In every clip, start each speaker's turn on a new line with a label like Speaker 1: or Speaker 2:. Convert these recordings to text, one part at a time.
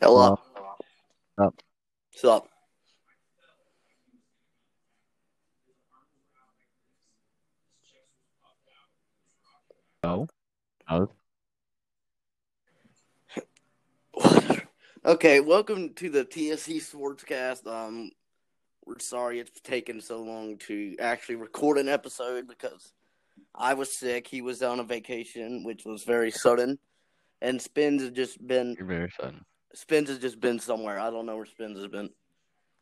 Speaker 1: Hello.
Speaker 2: Up.
Speaker 1: What's up?
Speaker 2: No. No.
Speaker 1: okay, welcome to the TSC Sportscast. Um, we're sorry it's taken so long to actually record an episode because I was sick. He was on a vacation, which was very sudden, and Spins has just been
Speaker 2: You're very sudden.
Speaker 1: Spins has just been somewhere. I don't know where Spins has been.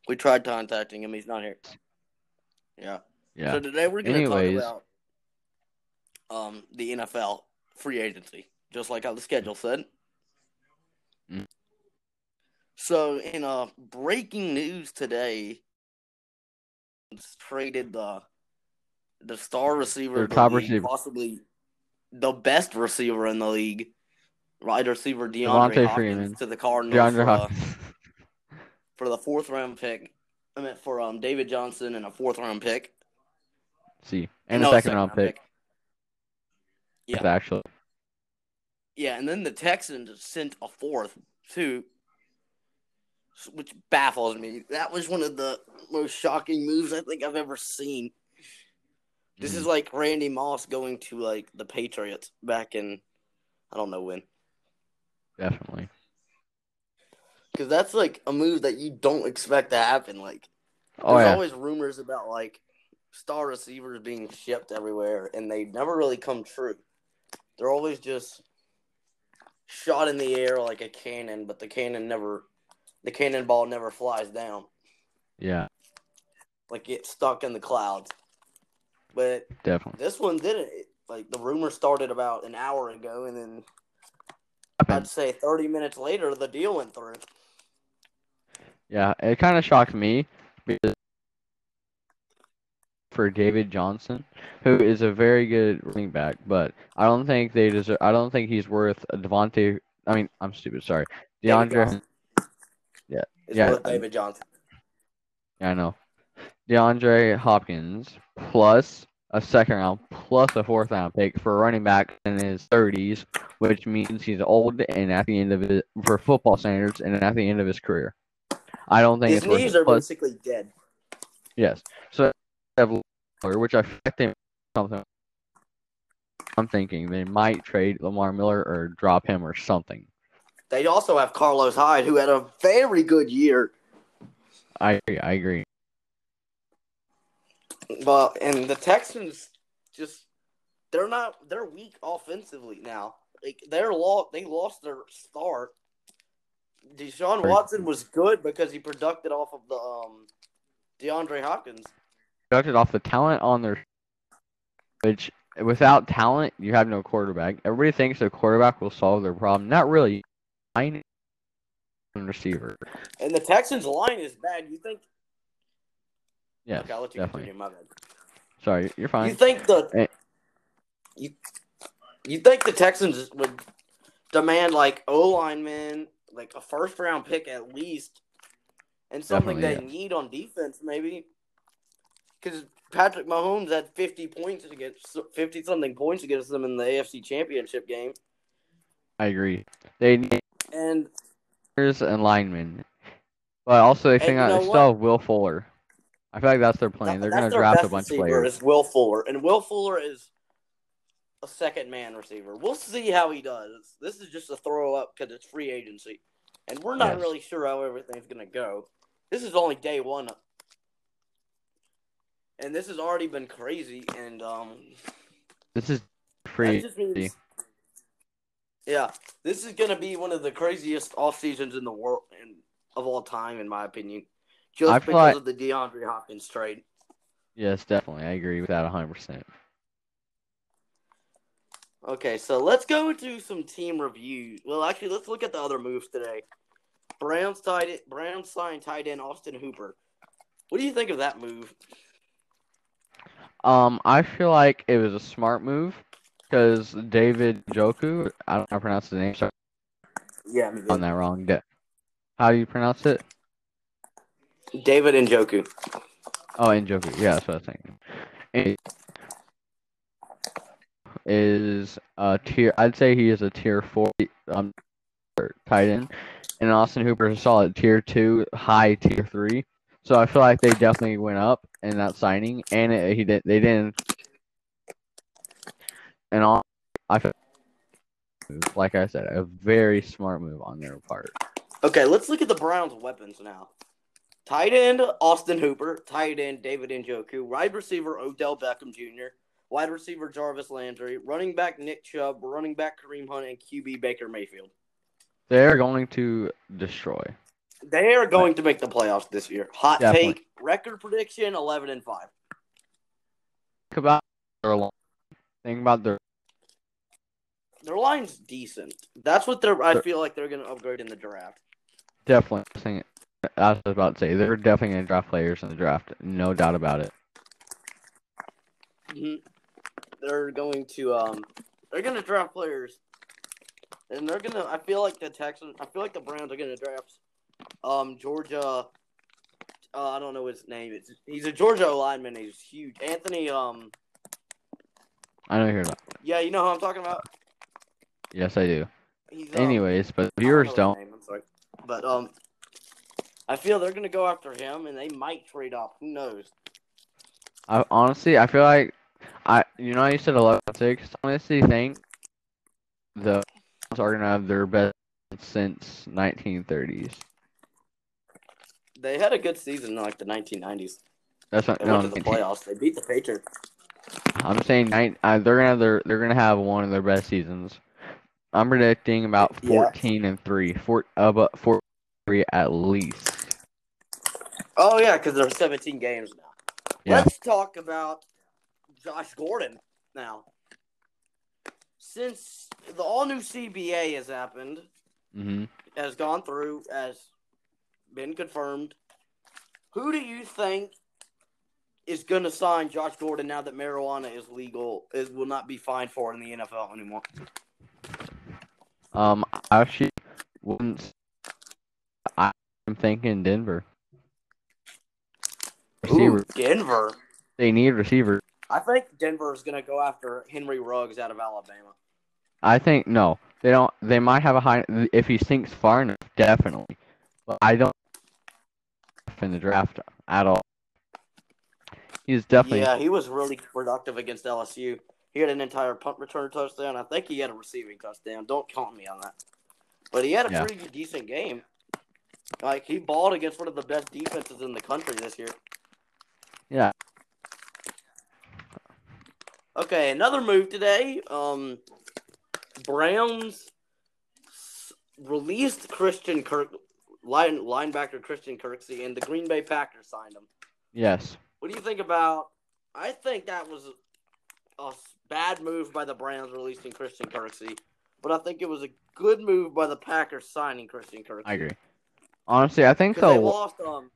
Speaker 1: We tried contacting him. He's not here. Yeah.
Speaker 2: Yeah.
Speaker 1: So today we're going to talk
Speaker 2: Anyways.
Speaker 1: about um, the NFL free agency, just like how the schedule said.
Speaker 2: Mm.
Speaker 1: So in uh, breaking news today, it's traded the the star receiver,
Speaker 2: Their
Speaker 1: of the
Speaker 2: top
Speaker 1: league,
Speaker 2: receiver.
Speaker 1: possibly the best receiver in the league, wide receiver DeAndre
Speaker 2: Devontae
Speaker 1: Hopkins
Speaker 2: Freeman.
Speaker 1: to the Cardinals.
Speaker 2: DeAndre
Speaker 1: for, uh,
Speaker 2: Hopkins.
Speaker 1: for the fourth round pick. I meant for um David Johnson and a fourth round pick
Speaker 2: See. And
Speaker 1: No,
Speaker 2: a second round pick.
Speaker 1: Yeah.
Speaker 2: Actually.
Speaker 1: Yeah, and then the Texans sent a fourth too, s- which baffles me. That was one of the most shocking moves I think I've ever seen. This is like Randy Moss going to like the Patriots back in I don't know when.
Speaker 2: Definitely.
Speaker 1: Because that's like a move that you don't expect to happen. Like
Speaker 2: Oh
Speaker 1: There's
Speaker 2: yeah.
Speaker 1: always rumors about like star receivers being shipped everywhere, and they never really come true. They're always just shot in the air like a cannon, but the cannon never, the cannonball never flies down.
Speaker 2: yeah.
Speaker 1: Like it's stuck in the clouds. But
Speaker 2: Definitely.
Speaker 1: this one didn't. It- Like the rumor started about an hour ago, and then I'd
Speaker 2: Happened.
Speaker 1: say 30 minutes later, the deal went through.
Speaker 2: Yeah. It kind of shocked me because for David Johnson, who is a very good running back, but I don't think they deserve. I don't think he's worth a Devontae. I mean, I'm stupid. Sorry,
Speaker 1: David
Speaker 2: DeAndre.
Speaker 1: Johnson.
Speaker 2: Yeah,
Speaker 1: It's
Speaker 2: yeah.
Speaker 1: worth David Johnson.
Speaker 2: Yeah, I know. DeAndre Hopkins plus a second round plus a fourth round pick for a running back in his 30s, which means he's old and at the end of his for football standards and at the end of his career. I don't think
Speaker 1: His
Speaker 2: it's worth
Speaker 1: knees
Speaker 2: it.
Speaker 1: are
Speaker 2: Plus-
Speaker 1: basically dead.
Speaker 2: yes. So have Lamar, which I think they something. I'm thinking they might trade Lamar Miller or drop him or something.
Speaker 1: They also have Carlos Hyde, who had a very good year.
Speaker 2: I agree. I agree.
Speaker 1: Well, and the Texans just they're not they're weak offensively now. Like they're lost they lost their star. Deshaun
Speaker 2: Very
Speaker 1: Watson was good because he producted off of the um DeAndre Hopkins.
Speaker 2: conducted off the talent on their which without talent you have no quarterback. Everybody thinks a quarterback will solve their problem. Not really. I need a receiver.
Speaker 1: And the Texans line is bad. You think
Speaker 2: Yes.
Speaker 1: okay, I'll let you
Speaker 2: definitely.
Speaker 1: continue, my bad.
Speaker 2: Sorry, you're
Speaker 1: You
Speaker 2: fine.
Speaker 1: think the
Speaker 2: Eh.
Speaker 1: you you think the Texans would demand like O linemen, like a first round pick at least, and something
Speaker 2: Definitely,
Speaker 1: they need on defense maybe? Because Patrick Mahomes had fifty points against fifty something points against them in the AFC Championship game,
Speaker 2: I agree. They need
Speaker 1: and
Speaker 2: players and linemen. But also they
Speaker 1: And
Speaker 2: think
Speaker 1: you
Speaker 2: out
Speaker 1: know
Speaker 2: they
Speaker 1: what?
Speaker 2: still have Will Fuller. I feel like that's their plan.
Speaker 1: that-
Speaker 2: They're
Speaker 1: that's
Speaker 2: gonna
Speaker 1: their
Speaker 2: draft a
Speaker 1: best
Speaker 2: bunch of
Speaker 1: receiver
Speaker 2: players.
Speaker 1: Is Will Fuller, and Will Fuller is a second man receiver. We'll see how he does. This is just a throw up because it's free agency, and we're not
Speaker 2: Yes.
Speaker 1: really sure how everything's gonna go. This is only day one, and this has already been crazy. And um,
Speaker 2: This is
Speaker 1: that
Speaker 2: free
Speaker 1: just means, yeah, this is gonna be one of the craziest off seasons in the world and of all time, in my opinion, just
Speaker 2: I feel
Speaker 1: because
Speaker 2: like-
Speaker 1: of the DeAndre Hopkins trade.
Speaker 2: Yes, definitely. I agree with that hundred percent.
Speaker 1: Okay, so let's go into some team reviews. Well, actually, let's look at the other moves today. Browns tied it. Browns signed tight end Austin Hooper. What do you think of that move?
Speaker 2: Um, I feel like it was a smart move because David Joku, I don't know how to pronounce his name, so
Speaker 1: Yeah,
Speaker 2: I am that wrong. Da- How do you pronounce it?
Speaker 1: David and Joku.
Speaker 2: Oh, and Joku. Yeah, that's what I was thinking. And is a tier. I'd say he is a tier four um tight end, and Austin Hooper is a solid tier two, high tier three. So I feel like they definitely went up in that signing, and it, he did. They didn't. And all, I feel like I said, a very smart move on their part.
Speaker 1: Okay, let's look at the Browns' weapons now. Tight end Austin Hooper, tight end David Njoku, wide receiver Odell Beckham Jr., wide receiver Jarvis Landry, running back Nick Chubb, running back Kareem Hunt, and QB Baker Mayfield.
Speaker 2: They're going to destroy.
Speaker 1: They are going to make the playoffs this year. Hot
Speaker 2: Definitely.
Speaker 1: take, record prediction: eleven and five.
Speaker 2: Think about their line. Think about their.
Speaker 1: Their line's decent. That's what they're. I
Speaker 2: They're-
Speaker 1: feel like they're going to upgrade in the draft.
Speaker 2: Definitely. saying- I was about to say, they're definitely going to draft players in the draft. No doubt about it.
Speaker 1: Mhm. They're going to um they're gonna draft players. And they're gonna I feel like the Texans I feel like the Browns are gonna draft um Georgia uh, I don't know his name. It's he's a Georgia lineman, he's huge. Anthony um
Speaker 2: I know you're not.
Speaker 1: yeah, you know who I'm talking about?
Speaker 2: Yes, I do.
Speaker 1: He's um,
Speaker 2: Anyways,
Speaker 1: I
Speaker 2: but
Speaker 1: don't know
Speaker 2: viewers
Speaker 1: his
Speaker 2: don't.
Speaker 1: name, I'm sorry. But um I feel they're gonna go after him and they might trade up. Who knows?
Speaker 2: I honestly, I feel like I. You know, how you said 11 6. Honestly, think the Browns are going to have their best since 1930s.
Speaker 1: They had a good season in like the nineteen nineties.
Speaker 2: That's not
Speaker 1: They
Speaker 2: no.
Speaker 1: went to the
Speaker 2: 19
Speaker 1: playoffs. They beat the Patriots.
Speaker 2: I'm saying nine, uh, they're gonna have their, they're gonna have one of their best seasons. I'm predicting about
Speaker 1: Yeah.
Speaker 2: 14 and three, four about four three at least.
Speaker 1: Oh yeah, because there's 17 games now.
Speaker 2: Yeah.
Speaker 1: Let's talk about Josh Gordon now. Since the all new CBA has happened,
Speaker 2: hmm
Speaker 1: has gone through, has been confirmed, who do you think is going to sign Josh Gordon now that marijuana is legal? Is will not be fined for in the NFL anymore.
Speaker 2: Um, I actually wouldn't. s- I- I'm thinking Denver. Receiver.
Speaker 1: Ooh, Denver.
Speaker 2: They need receiver.
Speaker 1: I think Denver is going to go after Henry Ruggs out of Alabama.
Speaker 2: I think no, they don't. They might have a high if he sinks far enough, definitely. But I don't in the draft at all. He's definitely
Speaker 1: Yeah, he was really productive against LSU. He had an entire punt return touchdown. I think he had a receiving touchdown. Don't count me on that. But he had a
Speaker 2: Yeah.
Speaker 1: pretty decent game. Like he balled against one of the best defenses in the country this year.
Speaker 2: Yeah.
Speaker 1: Okay, another move today. Um Browns s- released Christian Kirk line, linebacker Christian Kirksey and the Green Bay Packers signed him.
Speaker 2: yes.
Speaker 1: What do you think about? I think that was a s- bad move by the Browns releasing Christian Kirksey, but I think it was a good move by the Packers signing Christian Kirksey.
Speaker 2: I agree. Honestly, I think
Speaker 1: 'Cause they
Speaker 2: so.
Speaker 1: lost um.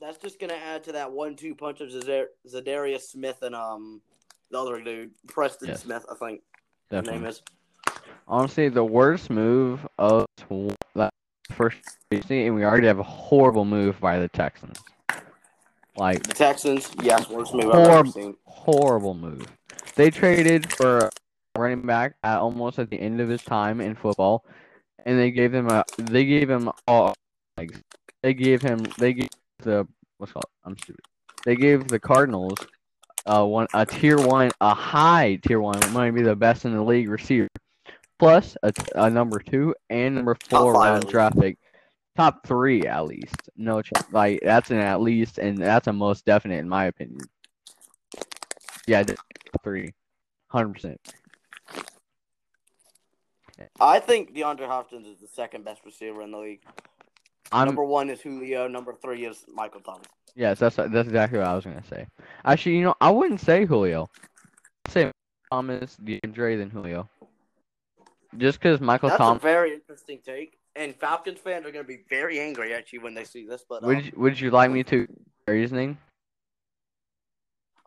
Speaker 1: That's just gonna add to that one-two punch of Zadar- Zadarius Smith and um the other dude Preston
Speaker 2: Yes.
Speaker 1: Smith. I think his name
Speaker 2: Definitely.
Speaker 1: is.
Speaker 2: Honestly, the worst move of tw- that first season, and we already have a horrible move by the Texans. Like
Speaker 1: The Texans. Yes, worst move I've ever
Speaker 2: Horrible.
Speaker 1: seen.
Speaker 2: horrible move. They traded for a running back at almost at the end of his time in football, and they gave him a they gave him all like they gave him they gave the what's it called I'm stupid. They gave the Cardinals uh one a tier one a high tier one might be the best in the league receiver, plus a, a number two and number
Speaker 1: Top
Speaker 2: four
Speaker 1: five at
Speaker 2: round
Speaker 1: least.
Speaker 2: draft pick. Top three, at least. No, ch- like that's an at least, and that's a most definite, in my opinion. Yeah, d- three, hundred percent.
Speaker 1: I think DeAndre Hopkins is the second best receiver in the league.
Speaker 2: I'm Um,
Speaker 1: number one is Julio. Number three is Michael Thomas.
Speaker 2: yes, that's that's exactly what I was gonna say. Actually, you know, I wouldn't say Julio. I'd say Thomas, DeAndre, than Julio. Just because Michael
Speaker 1: That's a
Speaker 2: Thomas.
Speaker 1: very interesting take, and Falcons fans are going to be very angry at you when they see this. But uh,
Speaker 2: Would you, would you like me to reasoning?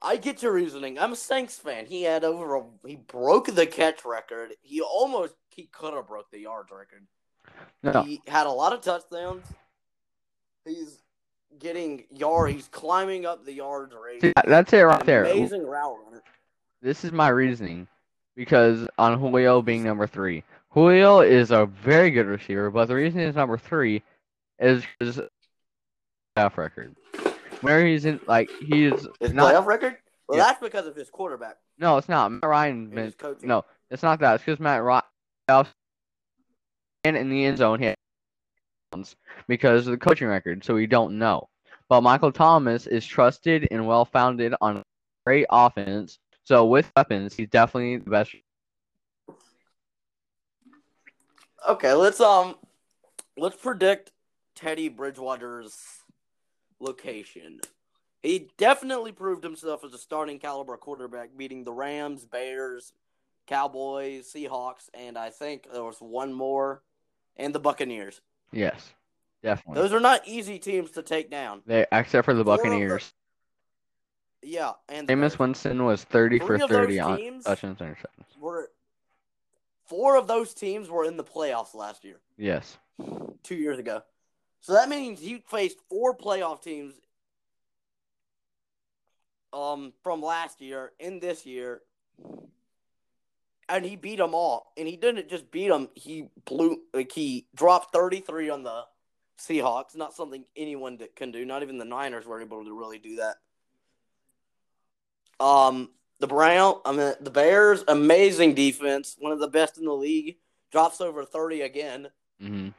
Speaker 1: I get your reasoning. I'm a Saints fan. He had over a he broke the catch record. He almost he could have broke the yards record.
Speaker 2: No,
Speaker 1: He had a lot of touchdowns. He's getting yard. He's climbing up the yards rate.
Speaker 2: See, that- that's it right there.
Speaker 1: Amazing route runner.
Speaker 2: This is my reasoning because on Julio being number three, Julio is a very good receiver, but the reason he's number three is his playoff record. Where he's in, like he's
Speaker 1: His
Speaker 2: not.
Speaker 1: playoff record? Well,
Speaker 2: Yeah.
Speaker 1: that's because of his quarterback.
Speaker 2: No, it's not. Matt Ryan.
Speaker 1: and
Speaker 2: Been,
Speaker 1: his coaching.
Speaker 2: no, it's not that. It's because Matt Ryan and in the end zone hit because of the coaching record, so we don't know. But Michael Thomas is trusted and well founded on great offense. So with weapons, he's definitely the best.
Speaker 1: Okay, let's um, let's predict Teddy Bridgewater's location. He definitely proved himself as a starting caliber quarterback, beating the Rams, Bears, Cowboys, Seahawks, and I think there was one more, and the Buccaneers.
Speaker 2: Yes, definitely.
Speaker 1: Those are not easy teams to take down.
Speaker 2: they except for the
Speaker 1: Four of the-
Speaker 2: Buccaneers.
Speaker 1: Yeah, and the
Speaker 2: Jameis
Speaker 1: Bears.
Speaker 2: Winston was thirty for
Speaker 1: Three of
Speaker 2: thirty
Speaker 1: those
Speaker 2: on
Speaker 1: teams-
Speaker 2: touchdowns and interceptions.
Speaker 1: were four of those teams were in the playoffs last year,
Speaker 2: Yes,
Speaker 1: two years ago. So that means he faced four playoff teams um from last year in this year. And he beat them all. And he didn't just beat them, he blew like he dropped 33 on the Seahawks, not something anyone that can do. Not even the Niners were able to really do that. Um, the Brown, I mean the Bears, amazing defense, one of the best in the league. Drops over thirty again.
Speaker 2: hmm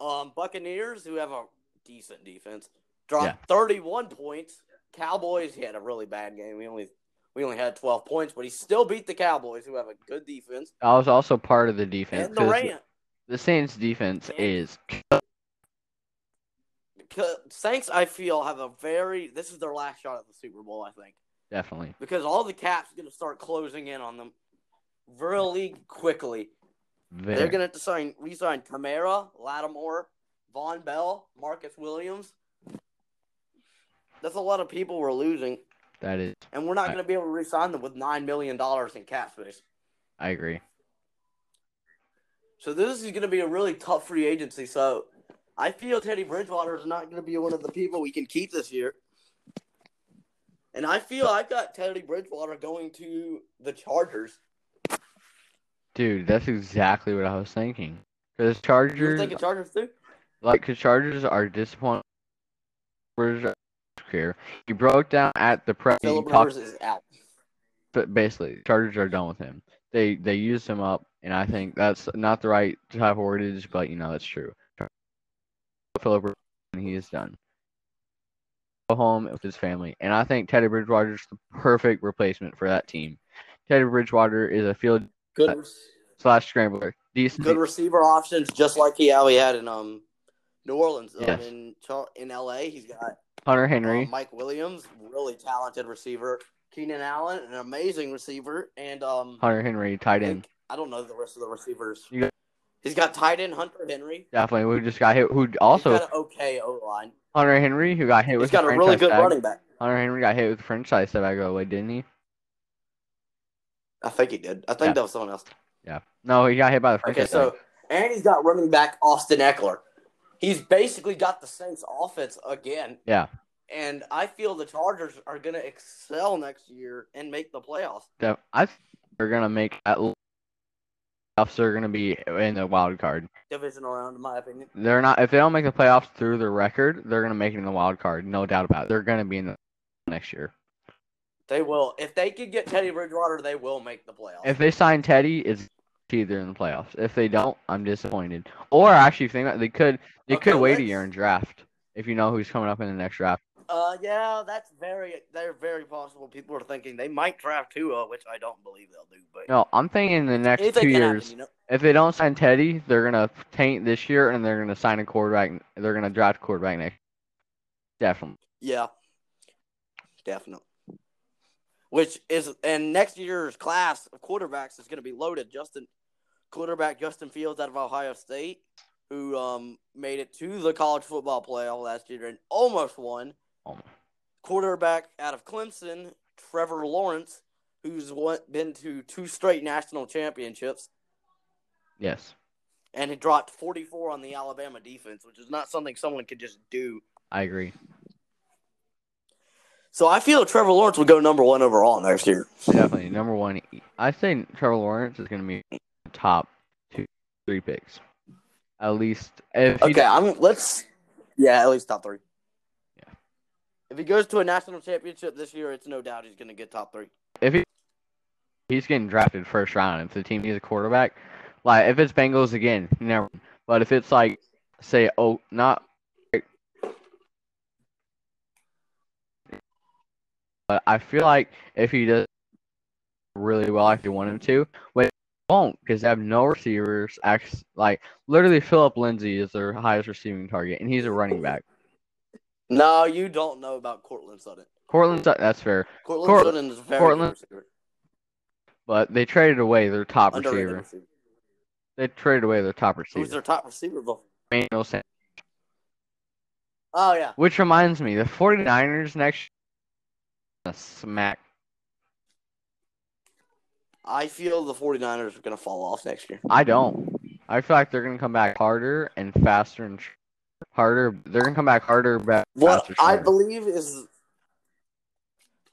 Speaker 1: Um, Buccaneers, who have a decent defense, dropped
Speaker 2: Yeah.
Speaker 1: thirty-one points. Cowboys, he had a really bad game. We only we only had twelve points, but he still beat the Cowboys, who have a good defense,
Speaker 2: I was also part of the defense.
Speaker 1: and the
Speaker 2: 'cause
Speaker 1: Rams.
Speaker 2: the Saints' defense
Speaker 1: And-
Speaker 2: is
Speaker 1: Because Saints, I feel, have a very. This is their last shot at the Super Bowl, I think,
Speaker 2: definitely
Speaker 1: because all the caps going to start closing in on them really quickly. They're
Speaker 2: very.
Speaker 1: going to have to sign, resign Kamara, Lattimore, Von Bell, Marcus Williams. That's a lot of people we're losing,
Speaker 2: That is,
Speaker 1: and we're not
Speaker 2: I-
Speaker 1: going to be able to resign them with nine million dollars in cap space.
Speaker 2: I agree.
Speaker 1: So this is going to be a really tough free agency. So I feel Teddy Bridgewater is not going to be one of the people we can keep this year. And I feel I've got Teddy Bridgewater going to the Chargers.
Speaker 2: Dude, that's exactly what I was thinking. Because
Speaker 1: You were
Speaker 2: Chargers,
Speaker 1: thinking Chargers too?
Speaker 2: like, because Chargers are disappointed. Here, he broke down at the press.
Speaker 1: Philip
Speaker 2: talked,
Speaker 1: Rivers is out.
Speaker 2: but basically, Chargers are done with him. They they used him up, and I think that's not the right type of wordage, but you know that's true. Philip, Rivers, and he is done. Go home with his family, and I think Teddy Bridgewater is the perfect replacement for that team. Teddy Bridgewater is a field Uh,
Speaker 1: Good,
Speaker 2: slash scrambler, decent
Speaker 1: good receiver options, just like he how he had in um New Orleans. Um,
Speaker 2: Yes.
Speaker 1: in Char- in L.A., he's got
Speaker 2: Hunter
Speaker 1: um,
Speaker 2: Henry.
Speaker 1: Mike Williams, really talented receiver. Keenan Allen, an amazing receiver, and um.
Speaker 2: Hunter Henry, tight end.
Speaker 1: think- I don't know the rest of the receivers.
Speaker 2: You got-
Speaker 1: He's got tight end Hunter Henry.
Speaker 2: Definitely, we just got hit. Who also
Speaker 1: he's got an okay O line.
Speaker 2: Hunter Henry, who got hit
Speaker 1: He's
Speaker 2: with
Speaker 1: got
Speaker 2: the
Speaker 1: a really
Speaker 2: franchise
Speaker 1: good
Speaker 2: tag.
Speaker 1: running back.
Speaker 2: Hunter Henry got hit with the franchise tag away, didn't he?
Speaker 1: I think he did. I think
Speaker 2: Yeah.
Speaker 1: that was someone else.
Speaker 2: No, he got hit by the
Speaker 1: Okay,
Speaker 2: franchise
Speaker 1: so
Speaker 2: tag.
Speaker 1: and he's got running back Austin Eckler. He's basically got the Saints offense again.
Speaker 2: Yeah.
Speaker 1: And I feel the Chargers are going to excel next year and make the playoffs.
Speaker 2: Def- I think they're gonna make at least playoffs. They're gonna be in the wild card.
Speaker 1: Divisional round, in my opinion.
Speaker 2: They're not if they don't make the playoffs through the record. They're gonna make it in the wild card, no doubt about it. They're gonna be in the next year.
Speaker 1: They will. If they could get Teddy Bridgewater, they will make the playoffs.
Speaker 2: If they sign Teddy, it's either in the playoffs. If they don't, I'm disappointed. Or actually, think about it, they could they
Speaker 1: Okay,
Speaker 2: could wait a
Speaker 1: let's-
Speaker 2: year and draft if you know who's coming up in the next draft.
Speaker 1: Uh, yeah, that's very, they're very possible. People are thinking they might draft Tua, which I don't believe they'll do. But
Speaker 2: No, I'm thinking in the next
Speaker 1: anything
Speaker 2: two
Speaker 1: can
Speaker 2: years.
Speaker 1: happen, you know.
Speaker 2: If they don't sign Teddy, they're gonna taint this year, and they're gonna sign a quarterback. They're gonna draft a quarterback next. Definitely.
Speaker 1: Yeah, definitely. Which is, and next year's class of quarterbacks is going to be loaded. Justin, quarterback Justin Fields out of Ohio State, who um made it to the college football playoff last year and almost won.
Speaker 2: Almost.
Speaker 1: Quarterback out of Clemson, Trevor Lawrence, who's won, been to two straight national championships.
Speaker 2: Yes,
Speaker 1: and he dropped 44 on the Alabama defense, which is not something someone could just do.
Speaker 2: I agree.
Speaker 1: So I feel Trevor Lawrence would go number one overall next year.
Speaker 2: Definitely number one. I say Trevor Lawrence is gonna be top two three picks. At least if he
Speaker 1: Okay, I'm let's yeah, at least top three.
Speaker 2: Yeah.
Speaker 1: If he goes to a national championship this year, it's no doubt he's gonna get top three.
Speaker 2: if he, he's getting drafted first round, if the team needs a quarterback, like if it's Bengals again, never. But if it's like, say, oh, not, but I feel like if he does really well, like you want him to, but he won't because they have no receivers. Act like literally, Philip Lindsay is their highest receiving target, and he's a running back.
Speaker 1: No, you don't know about Cortland Sutton.
Speaker 2: Cortland, Sut- that's fair,
Speaker 1: Cortland
Speaker 2: Cort-
Speaker 1: Sutton is a very
Speaker 2: Cortland-
Speaker 1: good receiver.
Speaker 2: but they traded away their top
Speaker 1: Underrated
Speaker 2: receiver.
Speaker 1: receiver.
Speaker 2: They traded away their top receiver.
Speaker 1: Who's their top receiver? before?
Speaker 2: Emmanuel Sanders.
Speaker 1: Oh yeah.
Speaker 2: Which reminds me, the 49ers next a smack.
Speaker 1: I feel the 49ers are gonna fall off next year.
Speaker 2: I don't. I feel like they're gonna come back harder and faster and tr- harder. They're gonna come back harder, but
Speaker 1: What
Speaker 2: faster,
Speaker 1: I
Speaker 2: stronger.
Speaker 1: believe is,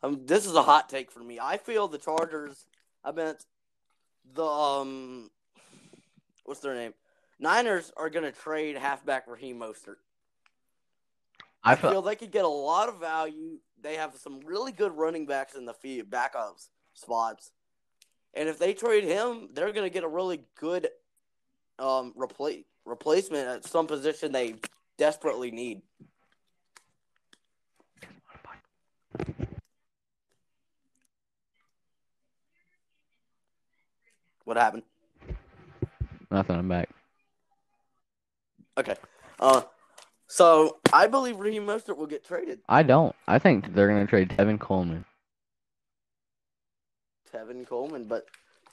Speaker 1: um, this is a hot take for me. I feel the Chargers. I meant the um, what's their name? Niners are going to trade halfback Raheem Mostert.
Speaker 2: I
Speaker 1: I
Speaker 2: feel,
Speaker 1: feel they could get a lot of value. They have some really good running backs in the feed backups spots, and if they trade him, they're going to get a really good um repla- replacement at some position they desperately need. What happened?
Speaker 2: nothing. I'm back.
Speaker 1: Uh, so I believe Raheem Mostert will get traded.
Speaker 2: I don't. I think they're gonna trade Tevin Coleman.
Speaker 1: Tevin Coleman, but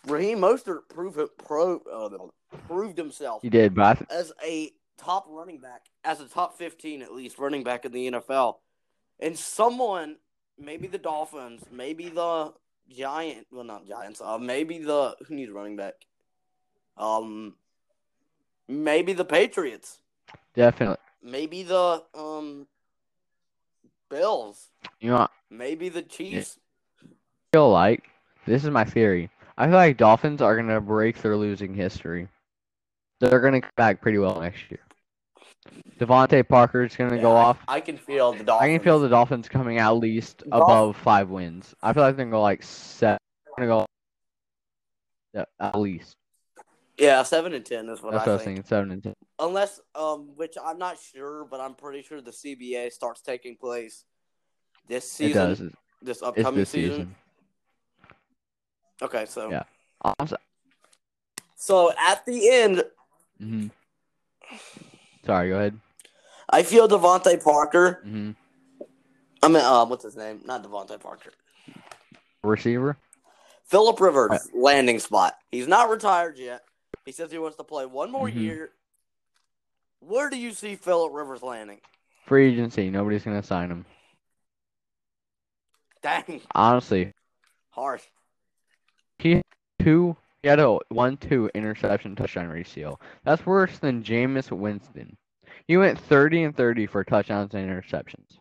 Speaker 1: Raheem Mostert proved it, pro, uh, proved himself
Speaker 2: He did, but I th-
Speaker 1: as a top running back, as a top fifteen at least running back in the NFL, and someone, maybe the Dolphins, maybe the Giant, well not Giants, uh, maybe the who needs running back, um, maybe the Patriots,
Speaker 2: definitely.
Speaker 1: maybe the um, Bills,
Speaker 2: You know, what
Speaker 1: maybe the Chiefs.
Speaker 2: I feel like this is my theory. I feel like Dolphins are gonna break their losing history. They're gonna come back pretty well next year. Devontae Parker is gonna go
Speaker 1: Yeah, I-
Speaker 2: off.
Speaker 1: I can feel the Dolphins.
Speaker 2: I can feel the Dolphins coming at least
Speaker 1: Dolph-
Speaker 2: above five wins. I feel like they're gonna go like seven. They're gonna go yeah, at least.
Speaker 1: Yeah, seven and ten is what
Speaker 2: That's
Speaker 1: I
Speaker 2: what I was
Speaker 1: think.
Speaker 2: thinking. Seven and ten.
Speaker 1: Unless, um, which I'm not sure, but I'm pretty sure the CBA starts taking place this
Speaker 2: It
Speaker 1: season,
Speaker 2: does. It's,
Speaker 1: this
Speaker 2: it's
Speaker 1: upcoming
Speaker 2: this
Speaker 1: season.
Speaker 2: season.
Speaker 1: Okay, so
Speaker 2: Yeah. Awesome.
Speaker 1: so at the end,
Speaker 2: Mhm. Sorry. Go ahead.
Speaker 1: I feel Devontae Parker.
Speaker 2: hmm
Speaker 1: I mean, uh, what's his name? Not Devontae Parker.
Speaker 2: Receiver.
Speaker 1: Philip Rivers landing spot. He's not retired yet. He says he wants to play one more
Speaker 2: Mhm.
Speaker 1: year. Where do you see Philip Rivers landing?
Speaker 2: Free agency. Nobody's gonna sign him.
Speaker 1: Dang,
Speaker 2: Honestly,
Speaker 1: harsh.
Speaker 2: he two. He had a one-two interception touchdown ratio. That's worse than Jameis Winston. He went thirty and thirty for touchdowns and interceptions.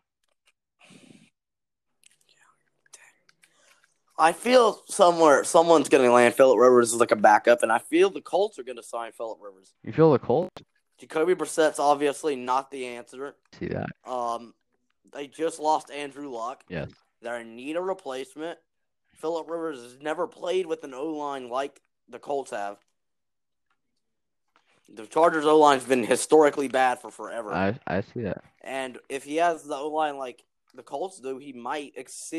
Speaker 1: I feel somewhere someone's going to land Philip Rivers as like a backup, and I feel the Colts are going to sign Philip Rivers.
Speaker 2: You feel the Colts?
Speaker 1: Jacoby Brissett's obviously not the answer.
Speaker 2: See that?
Speaker 1: Um, they just lost Andrew Luck.
Speaker 2: Yes.
Speaker 1: They need a replacement. Philip Rivers has never played with an O line like the Colts have. The Chargers O line's been historically bad for forever.
Speaker 2: I I see that.
Speaker 1: And if he has the O line like the Colts do, he might ex-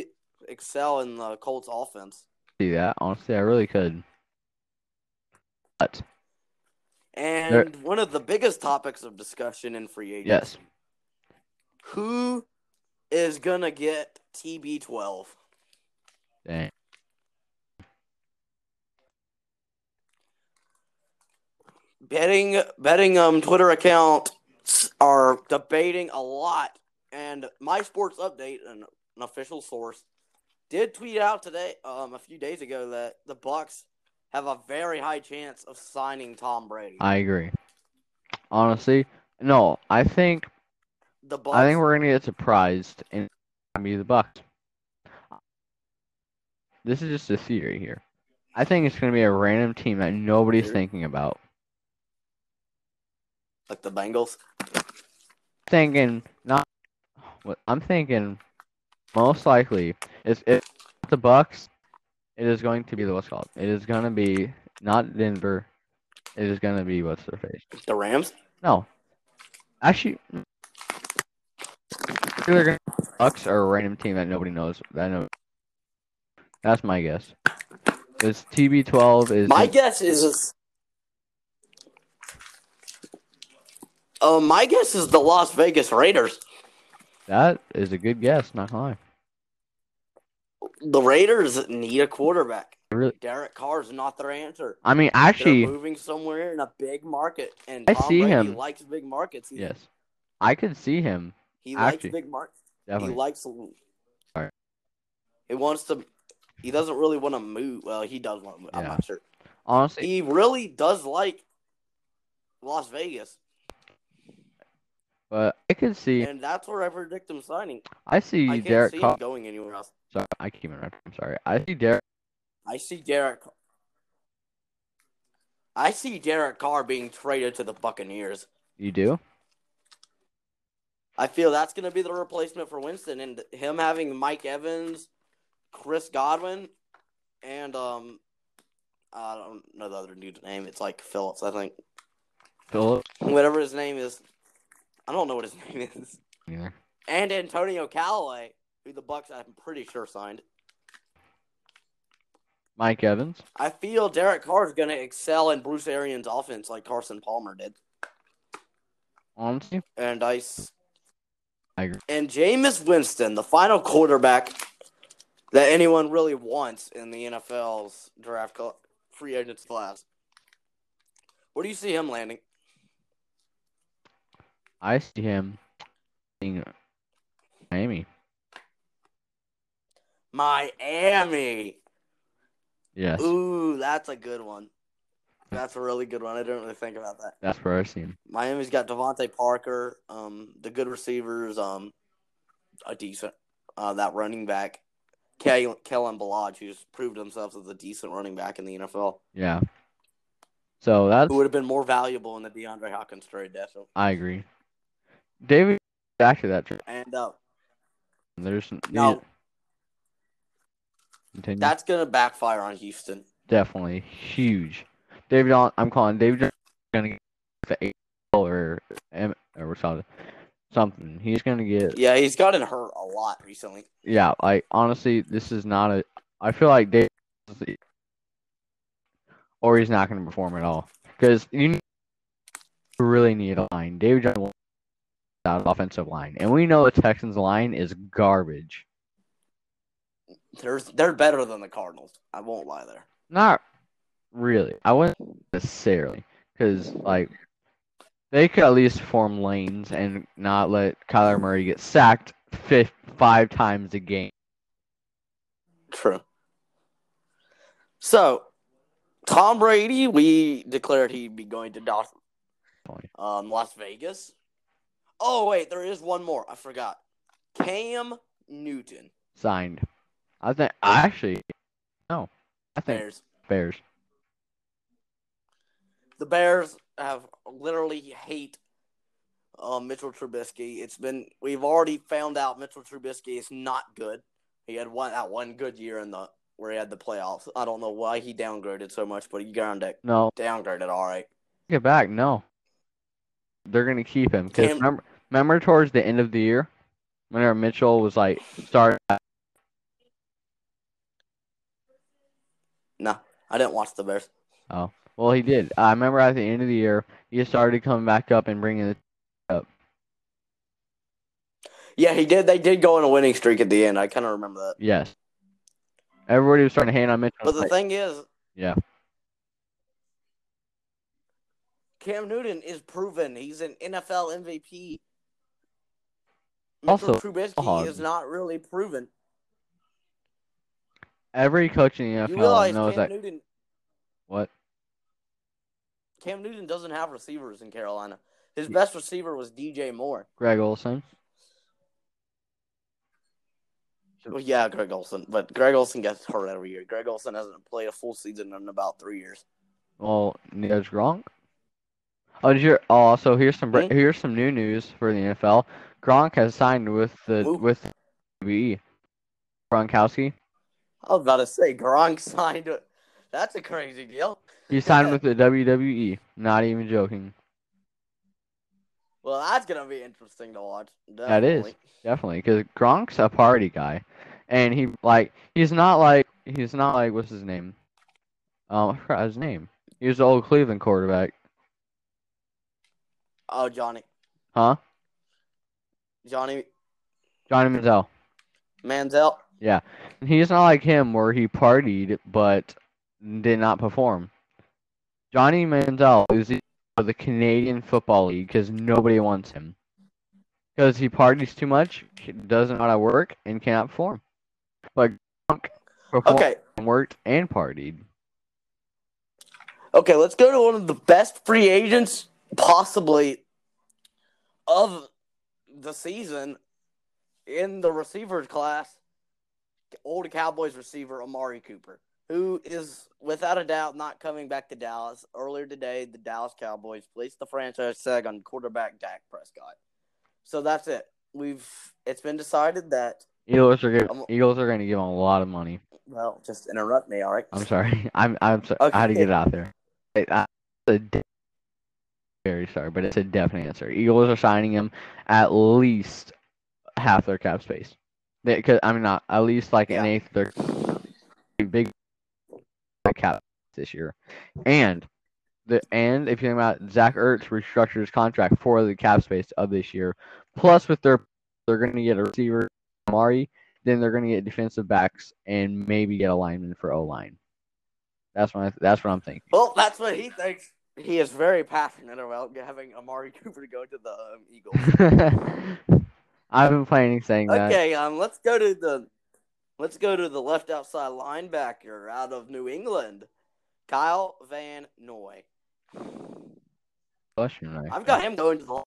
Speaker 1: excel in the Colts offense.
Speaker 2: see that. Honestly, I really could. But
Speaker 1: And
Speaker 2: There-
Speaker 1: one of the biggest topics of discussion in free agency.
Speaker 2: yes,
Speaker 1: Who is going to get TB12?
Speaker 2: dang.
Speaker 1: Betting betting um Twitter accounts are debating a lot and my sports update an, an official source did tweet out today um a few days ago that the Bucks have a very high chance of signing Tom Brady.
Speaker 2: I agree. Honestly, no. I think
Speaker 1: the Bucks
Speaker 2: I think we're gonna get surprised and it's gonna be the Bucks. This is just a theory here. I think it's gonna be a random team that nobody's
Speaker 1: Theory?
Speaker 2: thinking about.
Speaker 1: like the Bengals.
Speaker 2: thinking not. What I'm thinking, most likely is if the Bucks, it is going to be the what's called. It is going to be not Denver. It is going to be what's their face.
Speaker 1: The Rams?
Speaker 2: No, actually, either gonna be the Bucks or a random team that nobody knows. That know. That's my guess. It's TB12 is
Speaker 1: My guess is it's Uh, my guess is the Las Vegas Raiders.
Speaker 2: that is a good guess. Not gonna lie.
Speaker 1: The Raiders need a quarterback.
Speaker 2: I Really,
Speaker 1: Derek Carr's not their answer.
Speaker 2: I mean,
Speaker 1: They're
Speaker 2: actually.
Speaker 1: moving somewhere in a big market, and
Speaker 2: I
Speaker 1: Tom
Speaker 2: see
Speaker 1: Brady
Speaker 2: him.
Speaker 1: likes big markets. He,
Speaker 2: Yes. I could see him.
Speaker 1: he
Speaker 2: actually,
Speaker 1: likes big markets. He
Speaker 2: Definitely.
Speaker 1: likes.
Speaker 2: Sorry.
Speaker 1: He wants to. He doesn't really want to move. Well, he does want to move. I'm
Speaker 2: Yeah.
Speaker 1: not sure.
Speaker 2: Honestly,
Speaker 1: He really does like Las Vegas,
Speaker 2: but I could see.
Speaker 1: and that's where I predict him signing.
Speaker 2: I see
Speaker 1: I can't
Speaker 2: Derek
Speaker 1: see
Speaker 2: Carr.
Speaker 1: him going anywhere else.
Speaker 2: Sorry, I keep interrupting. I'm sorry. I see Derek.
Speaker 1: I see Derek. I see Derek Carr being traded to the Buccaneers.
Speaker 2: You do?
Speaker 1: I feel that's going to be the replacement for Winston, and him having Mike Evans, Chris Godwin, and um, I don't know the other dude's name. It's like Phillips, I think.
Speaker 2: Philip?
Speaker 1: Whatever his name is, I don't know what his name is.
Speaker 2: Yeah.
Speaker 1: And Antonio Callaway, who the Bucks, I'm pretty sure signed.
Speaker 2: Mike Evans?
Speaker 1: I feel Derek Carr is going to excel in Bruce Arians' offense like Carson Palmer did,
Speaker 2: Honestly,
Speaker 1: and I. s-
Speaker 2: I agree.
Speaker 1: And Jameis Winston, the final quarterback that anyone really wants in the NFL's draft cl- free agents class. Where do you see him landing?
Speaker 2: I see him being Miami.
Speaker 1: Miami.
Speaker 2: Yes.
Speaker 1: Ooh, that's a good one. That's a really good one. I didn't really think about that.
Speaker 2: That's where I see him.
Speaker 1: Miami's got Devontae Parker, um, the good receivers, um, a decent uh, that running back, Kel- Kellen Balaj, who's proved himself as a decent running back in the NFL,
Speaker 2: Yeah. So that's.
Speaker 1: who would have been more valuable in the DeAndre Hopkins trade. Definitely.
Speaker 2: I agree. David, after that, trip,
Speaker 1: And uh,
Speaker 2: there's.
Speaker 1: No.
Speaker 2: Continue.
Speaker 1: that's gonna backfire on Houston.
Speaker 2: definitely huge. David, John, I'm calling David John gonna get the eight or M or what's called something. He's gonna get
Speaker 1: Yeah, he's gotten hurt a lot recently.
Speaker 2: yeah. Like honestly, this is not a. I feel like David, or he's not gonna perform at all because you need- you really need a line. David John wants that offensive line, and we know the Texans line is garbage.
Speaker 1: They're they're better than the Cardinals. I won't lie there.
Speaker 2: Not really. I wouldn't necessarily, because like they could at least form lanes and not let Kyler Murray get sacked fifth, five times a game.
Speaker 1: True. So, Tom Brady, we declared he'd be going to Dallas, um, Las Vegas. Oh wait, there is one more. I forgot. Cam Newton,
Speaker 2: Signed. I think. I actually no. I think
Speaker 1: Bears.
Speaker 2: Bears.
Speaker 1: The Bears have literally hate um, Mitchell Trubisky. It's been we've already found out Mitchell Trubisky is not good. He had one that one good year in the where he had the playoffs. I don't know why he downgraded so much, but he downgraded
Speaker 2: No,
Speaker 1: downgraded all right.
Speaker 2: get back. No, they're gonna keep him because
Speaker 1: Cam-
Speaker 2: remember, remember towards the end of the year, whenever Mitchell was like starting.
Speaker 1: No, I didn't watch the Bears.
Speaker 2: Well, he did. I remember at the end of the year, he started coming back up and bringing the
Speaker 1: Yeah, he did. They did go on a winning streak at the end. I kind of remember that.
Speaker 2: Yes. Everybody was starting to hand on Mitchell.
Speaker 1: But the
Speaker 2: Like,
Speaker 1: thing is,
Speaker 2: Yeah.
Speaker 1: Cam Newton is proven. He's an NFL MVP.
Speaker 2: Also,
Speaker 1: Mitchell Trubisky
Speaker 2: hard.
Speaker 1: is not really proven.
Speaker 2: every coach in the
Speaker 1: You
Speaker 2: NFL
Speaker 1: realize
Speaker 2: knows
Speaker 1: Cam
Speaker 2: that.
Speaker 1: Newton,
Speaker 2: What?
Speaker 1: Cam Newton doesn't have receivers in Carolina. His best receiver was DJ Moore.
Speaker 2: Greg Olson.
Speaker 1: Well, yeah, Greg Olson, but Greg Olson gets hurt every year. Greg Olson hasn't played a full season in about three years.
Speaker 2: Well, Niels Gronk. Oh, did you, oh so here's some bre-
Speaker 1: Hmm?
Speaker 2: here's some new news for the NFL. Gronk has signed with the
Speaker 1: Who?
Speaker 2: with the WWE. Gronkowski.
Speaker 1: I was about to say Gronk signed. a- That's a crazy deal.
Speaker 2: He signed with the WWE. Not even joking.
Speaker 1: Well, that's gonna be interesting to watch.
Speaker 2: That is.
Speaker 1: definitely.
Speaker 2: Definitely, because Gronk's a party guy, and he like he's not like he's not like what's his name? Um, I forgot his name. He was the old Cleveland quarterback,
Speaker 1: Oh, Johnny,
Speaker 2: huh?
Speaker 1: Johnny
Speaker 2: Johnny Manziel.
Speaker 1: Manziel.
Speaker 2: He's not like him where he partied but did not perform. Johnny Manziel is the- of the Canadian Football League because nobody wants him because he parties too much, doesn't know how to work, and cannot perform. But Gronk performed,
Speaker 1: Okay,
Speaker 2: worked, and partied.
Speaker 1: okay. Let's go to one of the best free agents possibly of the season in the receivers class. Old Cowboys receiver Amari Cooper, who is without a doubt not coming back to Dallas. Earlier today, the Dallas Cowboys placed the franchise tag on quarterback Dak Prescott. So that's it. We've it's been decided that
Speaker 2: Eagles are gonna,
Speaker 1: I'm-
Speaker 2: Eagles are going to give him a lot of money.
Speaker 1: Well, just interrupt me, all right?
Speaker 2: I'm sorry. I'm I'm sorry. I had to get it out there. It- I- it's a de- very sorry, but it's a definite answer. Eagles are signing him at least half their cap space. They, cause, I mean, not at least like
Speaker 1: Yeah.
Speaker 2: an eighth. Their big cap this year, and the and if you think about it, Zach Ertz restructured his contract for the cap space of this year. Plus, with their they're going to get a receiver, Amari. Then they're going to get defensive backs and maybe get a lineman for O line. That's what I, that's what I'm thinking.
Speaker 1: Well, that's what he thinks. He is very passionate about having Amari Cooper go to the um, Eagles.
Speaker 2: I've been planning saying that.
Speaker 1: okay, um, let's go to the let's go to the left outside linebacker out of New England, Kyle Van Noy.
Speaker 2: Question, right?
Speaker 1: I've got him going to the Lions.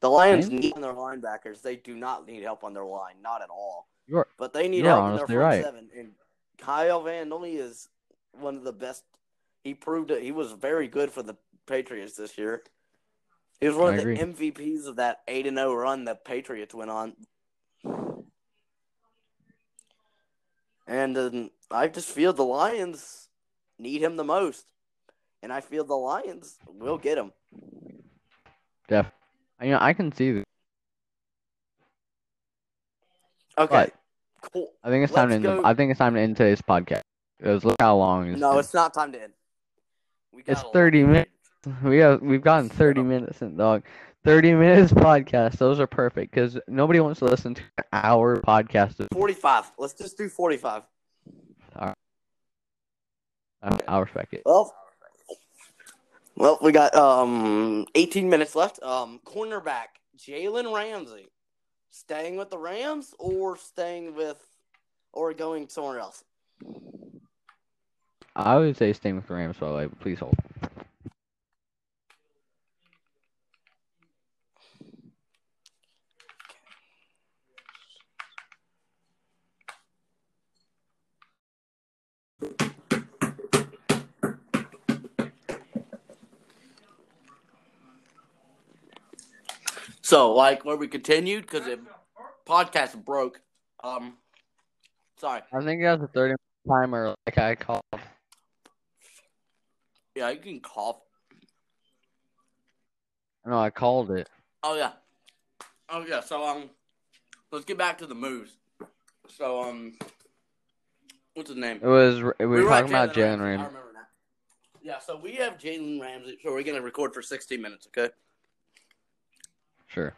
Speaker 1: The Lions need their linebackers. They do not need help on their line, not at all.
Speaker 2: You're-
Speaker 1: but they need
Speaker 2: you're
Speaker 1: help on their
Speaker 2: honestly
Speaker 1: front
Speaker 2: right.
Speaker 1: seven. And Kyle Van Noy is one of the best. He proved it. He was very good for the Patriots this year. He was one
Speaker 2: I
Speaker 1: of
Speaker 2: agree.
Speaker 1: the MVPs of that eight and zero run the Patriots went on. And um, I just feel the Lions need him the most, and I feel the Lions will get him.
Speaker 2: Def. I, you know, I can see. This.
Speaker 1: Okay,
Speaker 2: Right.
Speaker 1: cool.
Speaker 2: I think it's time
Speaker 1: Let's
Speaker 2: to end.
Speaker 1: go-
Speaker 2: The, I think it's time to end today's podcast. Because look how long. it's
Speaker 1: No,
Speaker 2: been.
Speaker 1: it's not time to end. We
Speaker 2: It's
Speaker 1: got a lot
Speaker 2: 30
Speaker 1: to
Speaker 2: minutes. we have we've gotten
Speaker 1: Shut
Speaker 2: 30
Speaker 1: up.
Speaker 2: minutes in dog 30 minutes podcast those are perfect because nobody wants to listen to an hour podcast
Speaker 1: do.
Speaker 2: of
Speaker 1: 45. Let's just do 45.
Speaker 2: I- i respect it
Speaker 1: Well, well, we got um 18 minutes left. Um, cornerback Jalen Ramsey, staying with the Rams or staying with or going somewhere else.
Speaker 2: i would say stay with the rams by the way but please hold
Speaker 1: So, like where we continued because the podcast broke. Um, sorry.
Speaker 2: i think that's a 30 timer like i call
Speaker 1: Yeah, you can cough.
Speaker 2: no i called it
Speaker 1: Oh yeah. Oh yeah. So um, let's get back to the moves. So um, what's his name?
Speaker 2: it was we were talking
Speaker 1: at
Speaker 2: about jalen
Speaker 1: I
Speaker 2: ramsey
Speaker 1: remember now. Yeah. So we have Jalen Ramsey. So we're gonna record for 16 minutes. Okay.
Speaker 2: sure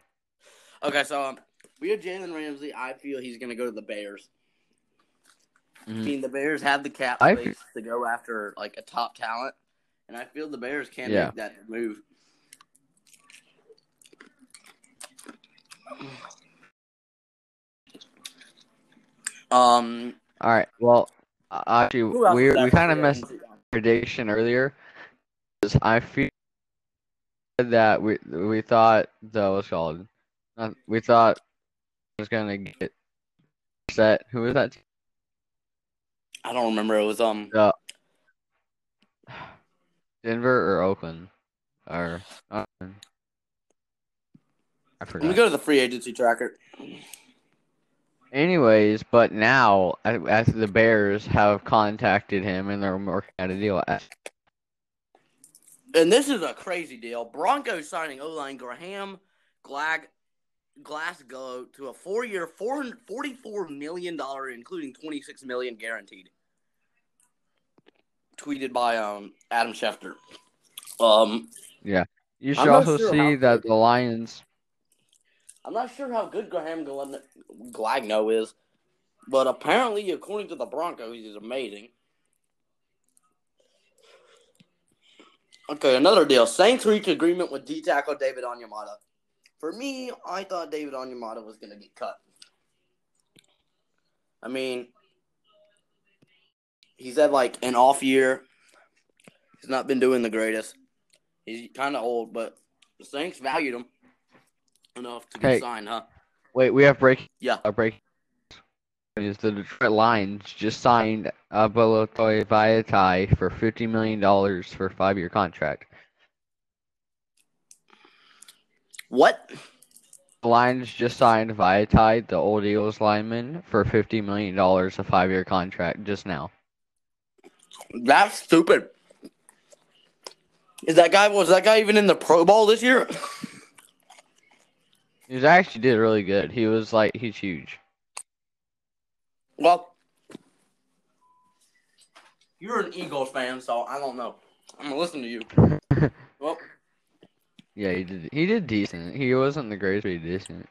Speaker 1: Okay. So um, we have Jalen Ramsey. I feel he's gonna go to the Bears. I
Speaker 2: Mhm.
Speaker 1: mean, the Bears have the cap
Speaker 2: I-
Speaker 1: space to go after like a top talent, and I feel the Bears can
Speaker 2: Yeah.
Speaker 1: make that move. Um,
Speaker 2: all right well uh, actually
Speaker 1: who else
Speaker 2: we,
Speaker 1: is
Speaker 2: we
Speaker 1: that
Speaker 2: kind of
Speaker 1: free
Speaker 2: messed
Speaker 1: agency?
Speaker 2: prediction earlier. 'cause I feel that we we thought the what's it called Not- we thought it was gonna get set. Who was that? team?
Speaker 1: I don't remember. It was um.
Speaker 2: Denver or Oakland? Or uh, I
Speaker 1: Let me
Speaker 2: forgot.
Speaker 1: go to the free agency tracker.
Speaker 2: Anyways, but now a- as the Bears have contacted him and they're working out a deal. I-
Speaker 1: And this is a crazy deal. Broncos signing O line Graham Glag Glasgow to a four year four hundred forty four million dollar, including twenty six million guaranteed. Tweeted by um Adam Schefter. Um
Speaker 2: You
Speaker 1: I'm
Speaker 2: should
Speaker 1: not
Speaker 2: also
Speaker 1: sure how
Speaker 2: see that
Speaker 1: good-
Speaker 2: the Lions
Speaker 1: I'm not sure how good Graham Glen- Glagno is, but apparently, according to the Broncos, he's amazing. Okay, another deal. Saints reach agreement with D tackle David Onyemata. For me, I thought David Onyemata was going to get cut. I mean, he's had like an off year. He's not been doing the greatest. He's kind of old, but the Saints valued him enough to
Speaker 2: Hey.
Speaker 1: get signed, huh?
Speaker 2: Wait, we have break.
Speaker 1: Yeah.
Speaker 2: A break. Is the Detroit Lions just signed Abelotoy Viatai for fifty million dollars for a five-year contract?
Speaker 1: What?
Speaker 2: The Lions just signed Viatai, the old Eagles lineman, for fifty million dollars a five-year contract just now.
Speaker 1: That's stupid. Is that guy was that guy even in the Pro Bowl this year?
Speaker 2: He was- actually did really good. He was like he's huge.
Speaker 1: Well, you're an Eagles fan, so I don't know. I'm gonna listen to you. well,
Speaker 2: Yeah, he did. He did decent. He wasn't the greatest, but he did decent.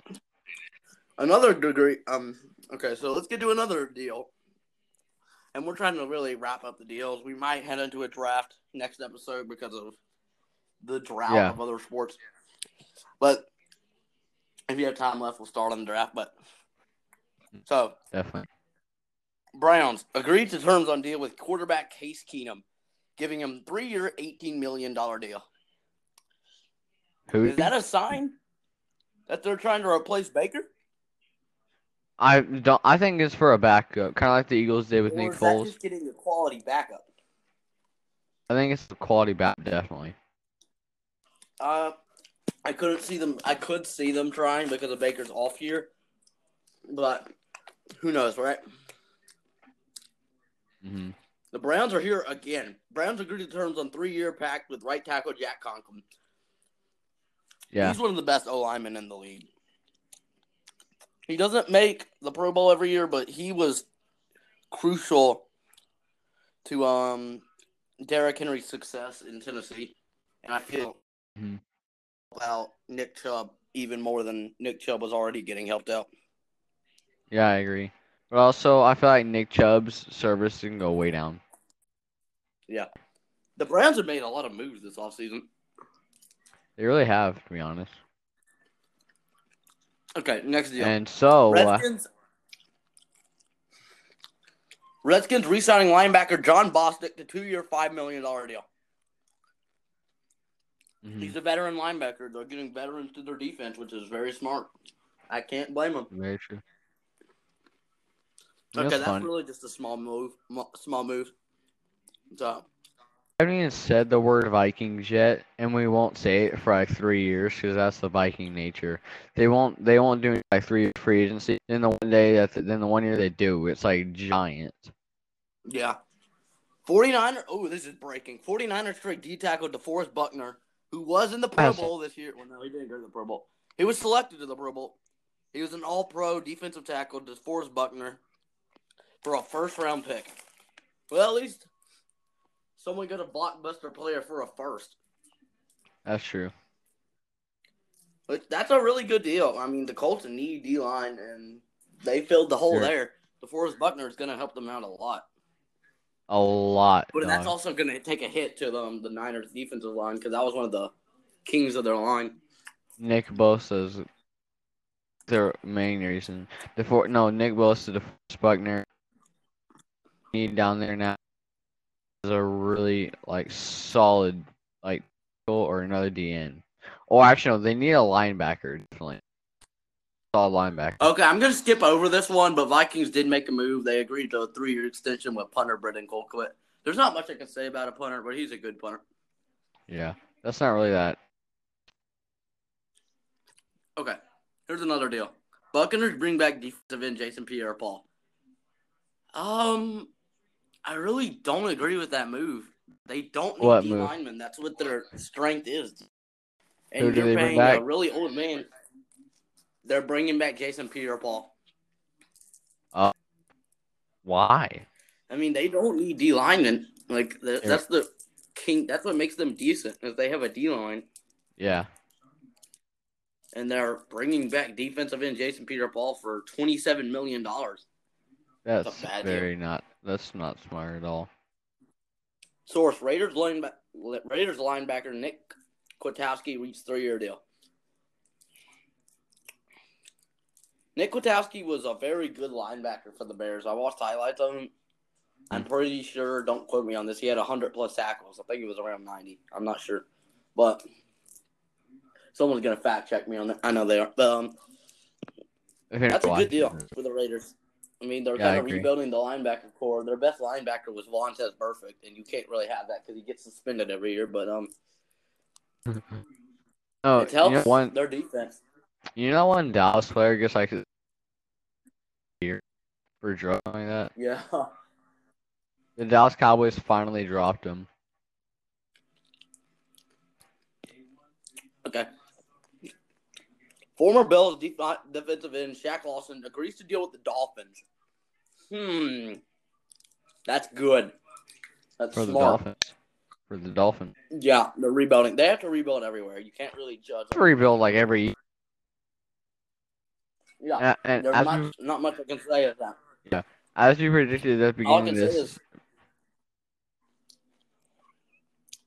Speaker 1: another degree. Um. Okay, so let's get to another deal. And we're trying to really wrap up the deals. We might head into a draft next episode because of the drought
Speaker 2: Yeah.
Speaker 1: of other sports. But if you have time left, we'll start on the draft. But so
Speaker 2: Definitely.
Speaker 1: Browns agreed to terms on deal with quarterback Case Keenum, giving him three year, eighteen million dollar deal.
Speaker 2: Who?
Speaker 1: Is that a sign that they're trying to replace Baker?
Speaker 2: I don't. I think it's for a backup, kind of like the Eagles did with
Speaker 1: or
Speaker 2: Nick
Speaker 1: is
Speaker 2: Foles.
Speaker 1: that just getting a quality backup?
Speaker 2: I think it's the quality back, definitely.
Speaker 1: Uh, I couldn't see them. I could see them trying because of Baker's off year, but who knows, right?
Speaker 2: hmm
Speaker 1: The Browns are here again. Browns agreed to terms on three year pact with right tackle Jack Conklin.
Speaker 2: Yeah.
Speaker 1: He's one of the best O linemen in the league. He doesn't make the Pro Bowl every year, but he was crucial to um Derrick Henry's success in Tennessee. And I feel
Speaker 2: Mhm.
Speaker 1: about Nick Chubb even more than Nick Chubb was already getting helped out.
Speaker 2: Yeah, I agree. But also, I feel like Nick Chubb's service can go way down.
Speaker 1: The Browns have made a lot of moves this offseason.
Speaker 2: They really have, to be honest.
Speaker 1: Okay, next deal.
Speaker 2: And so, uh,
Speaker 1: Redskins. Redskins re-signing linebacker John Bostic to two-year, five million dollar deal.
Speaker 2: mhm,
Speaker 1: He's a veteran linebacker. They're getting veterans to their defense, which is very smart. I can't blame him.
Speaker 2: very true.
Speaker 1: Okay, that's
Speaker 2: That's fun.
Speaker 1: really just a small move. mo- Small move. So
Speaker 2: I haven't even said the word Vikings yet, and we won't say it for like three years because that's the Viking nature. They won't. They won't do it like three years free agency. Then the one day that then the one year they do, it's like giant.
Speaker 1: yeah, 49 Oh, this is breaking. 49er straight D tackle DeForest Buckner, who was in the Pro
Speaker 2: Pass it.
Speaker 1: Bowl this year. Well, no, he didn't go to the Pro Bowl. He was selected to the Pro Bowl. He was an All-Pro defensive tackle DeForest Buckner for a first-round pick. Well, at least someone got a blockbuster player for a first.
Speaker 2: That's true.
Speaker 1: But that's a really good deal. I mean, the Colts need D line, and they filled the hole
Speaker 2: Sure.
Speaker 1: there. DeForest Buckner is going to help them out a lot,
Speaker 2: A lot.
Speaker 1: but that's
Speaker 2: dog.
Speaker 1: also going to take a hit to um, the Niners' defensive line because that was one of the kings of their line.
Speaker 2: Nick Bosa's their main reason. The four, no, Nick Bosa, the Buckner need down there now is a really like solid like tackle or another DN. Or actually, no, they need a linebacker definitely. Solid linebacker.
Speaker 1: Okay, I'm going to skip over this one, but Vikings did make a move. They agreed to a three-year extension with punter Brendan Colquitt. There's not much I can say about a punter, but he's a good punter.
Speaker 2: Yeah, That's not really that.
Speaker 1: Okay, here's another deal. Buccaneers bring back defensive end Jason Pierre-Paul. Um, I really don't agree with that move. They don't need
Speaker 2: What
Speaker 1: D
Speaker 2: move?
Speaker 1: linemen. That's what their strength is. And
Speaker 2: Who do
Speaker 1: you're
Speaker 2: they bring
Speaker 1: paying
Speaker 2: back?
Speaker 1: a really old man. They're bringing back Jason Pierre-Paul.
Speaker 2: Why?
Speaker 1: I mean, they don't need D linemen. Like th-
Speaker 2: Yeah.
Speaker 1: that's the king. That's what makes them decent is they have a D line,
Speaker 2: Yeah.
Speaker 1: and they're bringing back defensive end Jason Pierre-Paul for twenty-seven million dollars.
Speaker 2: That's
Speaker 1: bad deal.
Speaker 2: very not. That's not smart at all.
Speaker 1: Source: Raiders linebacker Raiders linebacker Nick Kwiatkowski reached three-year deal. Nick Kwiatkowski was a very good linebacker for the Bears. I watched highlights of him. I'm pretty sure. Don't quote me on this. He had 100 plus tackles. I think it was around 90. I'm not sure, but someone's gonna fact check me on that. I know they are, but um,
Speaker 2: If you're
Speaker 1: that's a
Speaker 2: watching
Speaker 1: good deal
Speaker 2: this-
Speaker 1: for the Raiders. I mean, they're
Speaker 2: Yeah, I
Speaker 1: kind of
Speaker 2: agree.
Speaker 1: rebuilding the linebacker core. Their best linebacker was Vontez Perfect, and you can't really have that because he gets suspended every year. But um,
Speaker 2: No,
Speaker 1: it
Speaker 2: Oh, you
Speaker 1: helps
Speaker 2: Oh, know one.
Speaker 1: their defense.
Speaker 2: You know one Dallas player gets like a year for drugs like that.
Speaker 1: Yeah,
Speaker 2: The Dallas Cowboys finally dropped him.
Speaker 1: okay. Former Bills def- uh, defensive end Shaq Lawson agrees to deal with the Dolphins. Hmm, that's good. That's
Speaker 2: For the
Speaker 1: smart.
Speaker 2: Dolphins. For the Dolphins.
Speaker 1: yeah, they're rebuilding. They have to rebuild everywhere. You can't really judge.
Speaker 2: They rebuild like every year.
Speaker 1: Yeah,
Speaker 2: And, and
Speaker 1: there's
Speaker 2: as,
Speaker 1: not,
Speaker 2: you,
Speaker 1: not much I can say of that.
Speaker 2: as you predicted at the
Speaker 1: All I
Speaker 2: beginning
Speaker 1: can
Speaker 2: of
Speaker 1: say
Speaker 2: this.
Speaker 1: is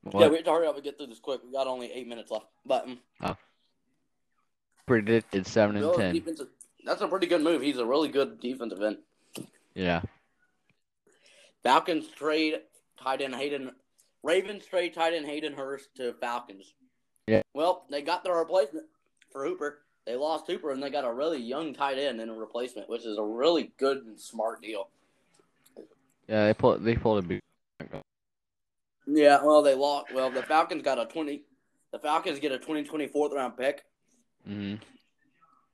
Speaker 2: what
Speaker 1: Yeah, we have to hurry up and get through this quick. We got only eight minutes left. But um,
Speaker 2: predicted 7 and
Speaker 1: Bill's
Speaker 2: 10.
Speaker 1: defensive- that's a pretty good move. He's a really good defensive end.
Speaker 2: Yeah.
Speaker 1: Falcons trade tight end Hayden. Ravens trade tight end Hayden Hurst to Falcons.
Speaker 2: Yeah.
Speaker 1: Well, they got their replacement for Hooper. They lost Hooper and they got a really young tight end and a replacement, which is a really good and smart deal.
Speaker 2: Yeah, they pulled they pulled a big
Speaker 1: Yeah. Well, they lost. Well, the Falcons got a twenty. The Falcons get a 2020 fourth round pick
Speaker 2: hmm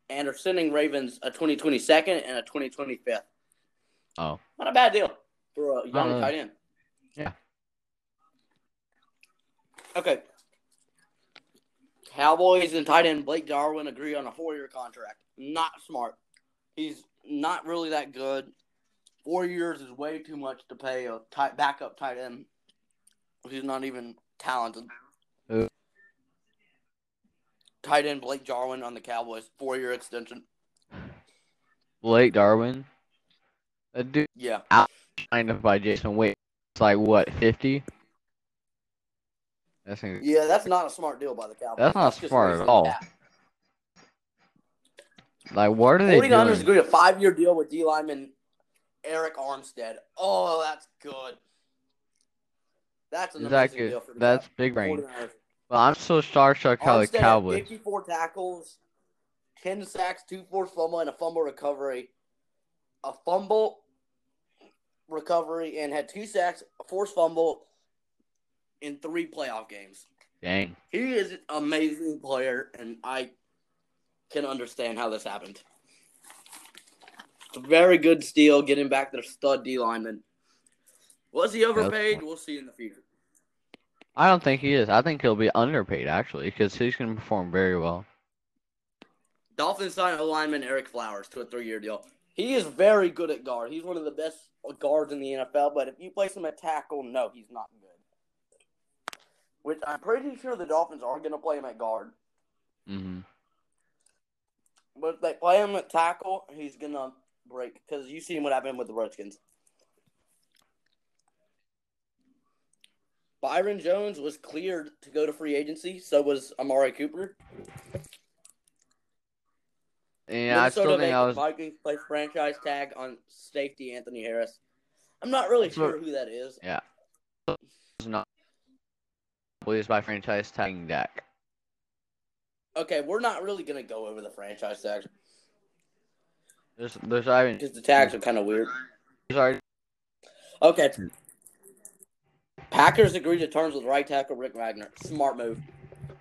Speaker 1: and are sending Ravens a 2020 second and a 2020 fifth.
Speaker 2: Oh.
Speaker 1: Not a bad deal for a young
Speaker 2: really.
Speaker 1: tight end.
Speaker 2: Yeah.
Speaker 1: Okay. Cowboys and tight end Blake Darwin agree on a four-year contract. Not smart. He's not really that good. Four years is way too much to pay a tight backup tight end. He's not even talented.
Speaker 2: Who?
Speaker 1: Tight end Blake Jarwin on the Cowboys, four-year extension.
Speaker 2: Blake Darwin. A dude
Speaker 1: Yeah.
Speaker 2: signed up by Jason Wait. It's like what, fifty? That's in-
Speaker 1: Yeah, that's not a smart deal by the Cowboys.
Speaker 2: That's not
Speaker 1: just
Speaker 2: smart at
Speaker 1: raising
Speaker 2: all.
Speaker 1: cap.
Speaker 2: like what are they
Speaker 1: Forty ers
Speaker 2: doing?
Speaker 1: agreed a five year deal with D lineman Eric Armstead. Oh, that's good. That's an
Speaker 2: Is that
Speaker 1: amazing
Speaker 2: good?
Speaker 1: deal for the
Speaker 2: That's big brain.
Speaker 1: 49ers.
Speaker 2: But I'm so starstruck how the
Speaker 1: Armstead had
Speaker 2: Cowboys.
Speaker 1: 54 tackles, 10 sacks, two forced fumble, and a fumble recovery. A fumble recovery and had two sacks, a forced fumble in three playoff games.
Speaker 2: Dang.
Speaker 1: He is an amazing player, and I can understand how this happened. It's a very good steal, getting back their stud D lineman. Was he overpaid?
Speaker 2: smart.
Speaker 1: We'll see in the future.
Speaker 2: I don't think he is. I think he'll be underpaid actually, because he's gonna perform very well.
Speaker 1: Dolphins signed lineman Eric Flowers to a three-year deal. He is very good at guard. He's one of the best guards in the NFL. But if you place him at tackle, no, he's not good. Which I'm pretty sure the Dolphins are going to play him at guard.
Speaker 2: hmm
Speaker 1: But if they play him at tackle, he's gonna break because you seen what happened with the Redskins. Byron Jones was cleared to go to free agency. So was Amari Cooper.
Speaker 2: And I still
Speaker 1: Minnesota
Speaker 2: think
Speaker 1: made
Speaker 2: I
Speaker 1: the
Speaker 2: was
Speaker 1: Vikings place franchise tag on safety Anthony Harris. I'm not really
Speaker 2: That's what-
Speaker 1: sure who that is.
Speaker 2: not pleased by franchise tagging Dak.
Speaker 1: Okay, we're not really gonna go over the franchise tags
Speaker 2: There's there's I mean,
Speaker 1: because the tags are kind of weird.
Speaker 2: Hmm. there's already
Speaker 1: Okay. Packers agreed to terms with right tackle Rick Wagner. Smart move.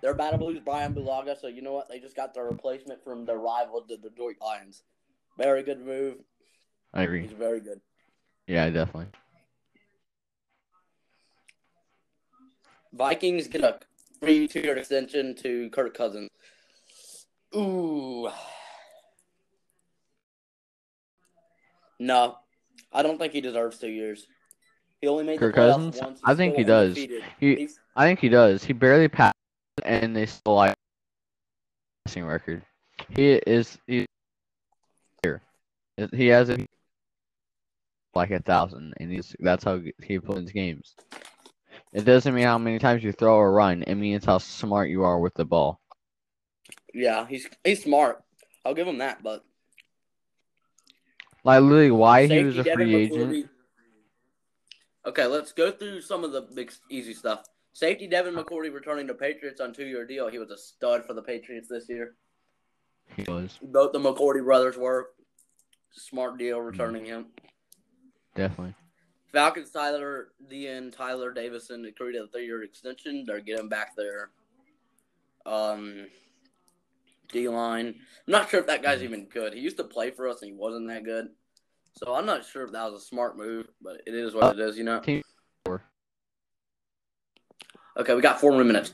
Speaker 1: Their battle blues Brian Bulaga, so you know what? They just got their replacement from their rival, the Detroit Lions. Very good move.
Speaker 2: I agree.
Speaker 1: He's very good.
Speaker 2: Yeah, definitely.
Speaker 1: Vikings get a three-tier extension to Kirk Cousins. Ooh. No, I don't think he deserves two years. He only made
Speaker 2: Kirk
Speaker 1: the playoffs
Speaker 2: Cousins?
Speaker 1: once.
Speaker 2: I think he
Speaker 1: still
Speaker 2: does.
Speaker 1: undefeated.
Speaker 2: He-
Speaker 1: He's-
Speaker 2: I think he does. He barely passed, and they still like passing record. He is he here. He has a, like a thousand, and he's that's how he wins games. It doesn't mean how many times you throw or run. It means how smart you are with the ball.
Speaker 1: yeah, he's he's smart. I'll give him that. But
Speaker 2: Like literally, why he was
Speaker 1: Safety,
Speaker 2: a
Speaker 1: Devin
Speaker 2: free
Speaker 1: McCourty.
Speaker 2: agent.
Speaker 1: Okay, let's go through some of the big easy stuff. Safety Devin McCourty returning to Patriots on two-year deal. He was a stud for the Patriots this year.
Speaker 2: He was
Speaker 1: Both the McCourty brothers were. Smart deal returning
Speaker 2: Mm-hmm.
Speaker 1: him.
Speaker 2: definitely.
Speaker 1: Falcons Tyler DN Tyler Davison agreed to a three year extension. They're getting back their um D line. I'm not sure if that
Speaker 2: Mm-hmm.
Speaker 1: guy's even good. He used to play for us and he wasn't that good. So I'm not sure if that was a smart move, but it is what it is, you know.
Speaker 2: Team four.
Speaker 1: Okay, we got four more minutes.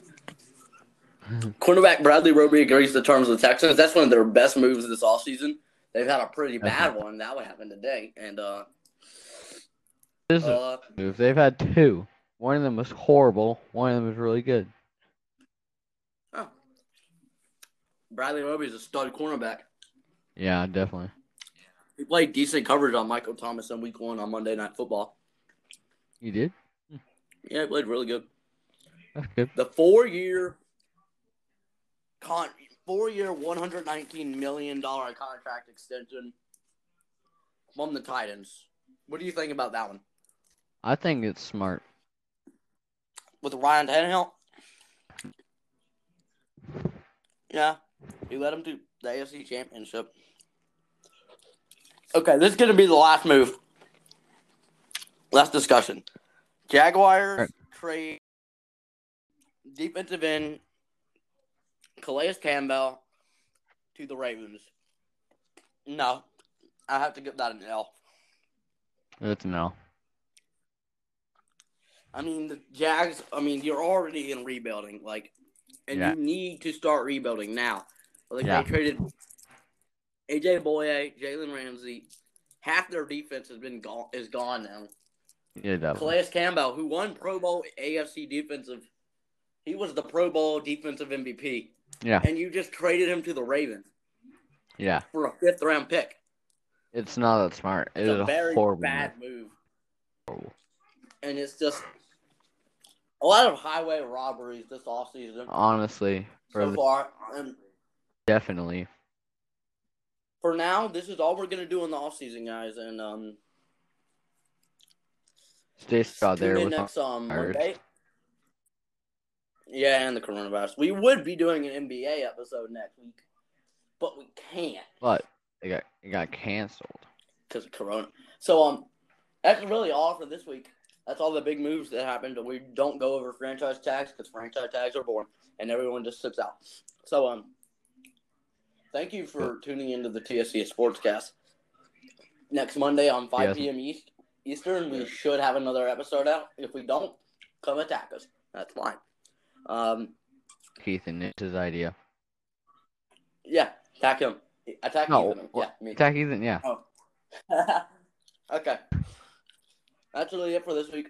Speaker 1: Cornerback Bradley Roby agrees to terms with the Texans. That's one of their best moves this offseason. They've had a pretty bad one. That would happen today. And uh,
Speaker 2: This is
Speaker 1: uh
Speaker 2: move. They've had two. One of them was horrible. One of them was really good.
Speaker 1: oh. Bradley Roby is a stud cornerback.
Speaker 2: Yeah, definitely.
Speaker 1: He played decent coverage on Michael Thomas in week one on Monday Night Football.
Speaker 2: You did.
Speaker 1: Yeah, he played really good.
Speaker 2: That's good.
Speaker 1: The four year con four year one hundred nineteen million dollar contract extension from the Titans. What do you think about that one?
Speaker 2: I think it's smart.
Speaker 1: With Ryan Tannehill? Yeah. He led him to the AFC championship. Okay, this is gonna be the last move. Last discussion. Jaguars
Speaker 2: Alright.
Speaker 1: trade defensive end Calais Campbell to the Ravens. No, I have to give that an L.
Speaker 2: It's no.
Speaker 1: I mean, the Jags, I mean, you're already in rebuilding, like, and
Speaker 2: Yeah.
Speaker 1: you need to start rebuilding now. Like,
Speaker 2: Yeah.
Speaker 1: they traded AJ Boye, Jalen Ramsey. Half their defense has been gone, is gone now.
Speaker 2: Yeah, definitely.
Speaker 1: Calais Campbell, who won Pro Bowl AFC defensive, he was the Pro Bowl defensive MVP.
Speaker 2: Yeah.
Speaker 1: And you just traded him to the Ravens
Speaker 2: Yeah,
Speaker 1: for a fifth round pick.
Speaker 2: it's not that smart. It
Speaker 1: It's
Speaker 2: is
Speaker 1: a very
Speaker 2: horrible.
Speaker 1: bad move.
Speaker 2: Horrible.
Speaker 1: And it's just a lot of highway robberies this offseason.
Speaker 2: Oh, Honestly, for
Speaker 1: so
Speaker 2: the-
Speaker 1: far. And
Speaker 2: definitely.
Speaker 1: for now, this is all we're gonna do in the off season, guys. And um,
Speaker 2: Stay strong
Speaker 1: tune
Speaker 2: there
Speaker 1: in
Speaker 2: with
Speaker 1: next um
Speaker 2: coronavirus.
Speaker 1: Monday. Yeah, and the coronavirus. We would be doing an NBA episode next week, but we can't
Speaker 2: but it got it got canceled.
Speaker 1: because of corona. So um, that's really all for this week. That's all the big moves that happened. We don't go over franchise tags because franchise tags are boring, and everyone just sits out. So um, thank you for tuning into the TSC Sportscast. Next Monday on five
Speaker 2: Yes.
Speaker 1: p.m. East Eastern, we should have another episode out. If we don't, come attack us. That's fine. Um,
Speaker 2: Keith and it's his idea.
Speaker 1: yeah, attack him. Attack
Speaker 2: No,
Speaker 1: Ethan.
Speaker 2: what-
Speaker 1: Yeah, me.
Speaker 2: Attack Ethan, yeah.
Speaker 1: okay. That's really it for this week.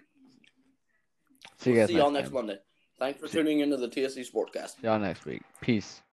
Speaker 2: See you
Speaker 1: We'll
Speaker 2: guys
Speaker 1: see y'all next
Speaker 2: time.
Speaker 1: Monday. Thanks for
Speaker 2: See-
Speaker 1: tuning into the TSC Sportcast.
Speaker 2: See y'all next week. Peace.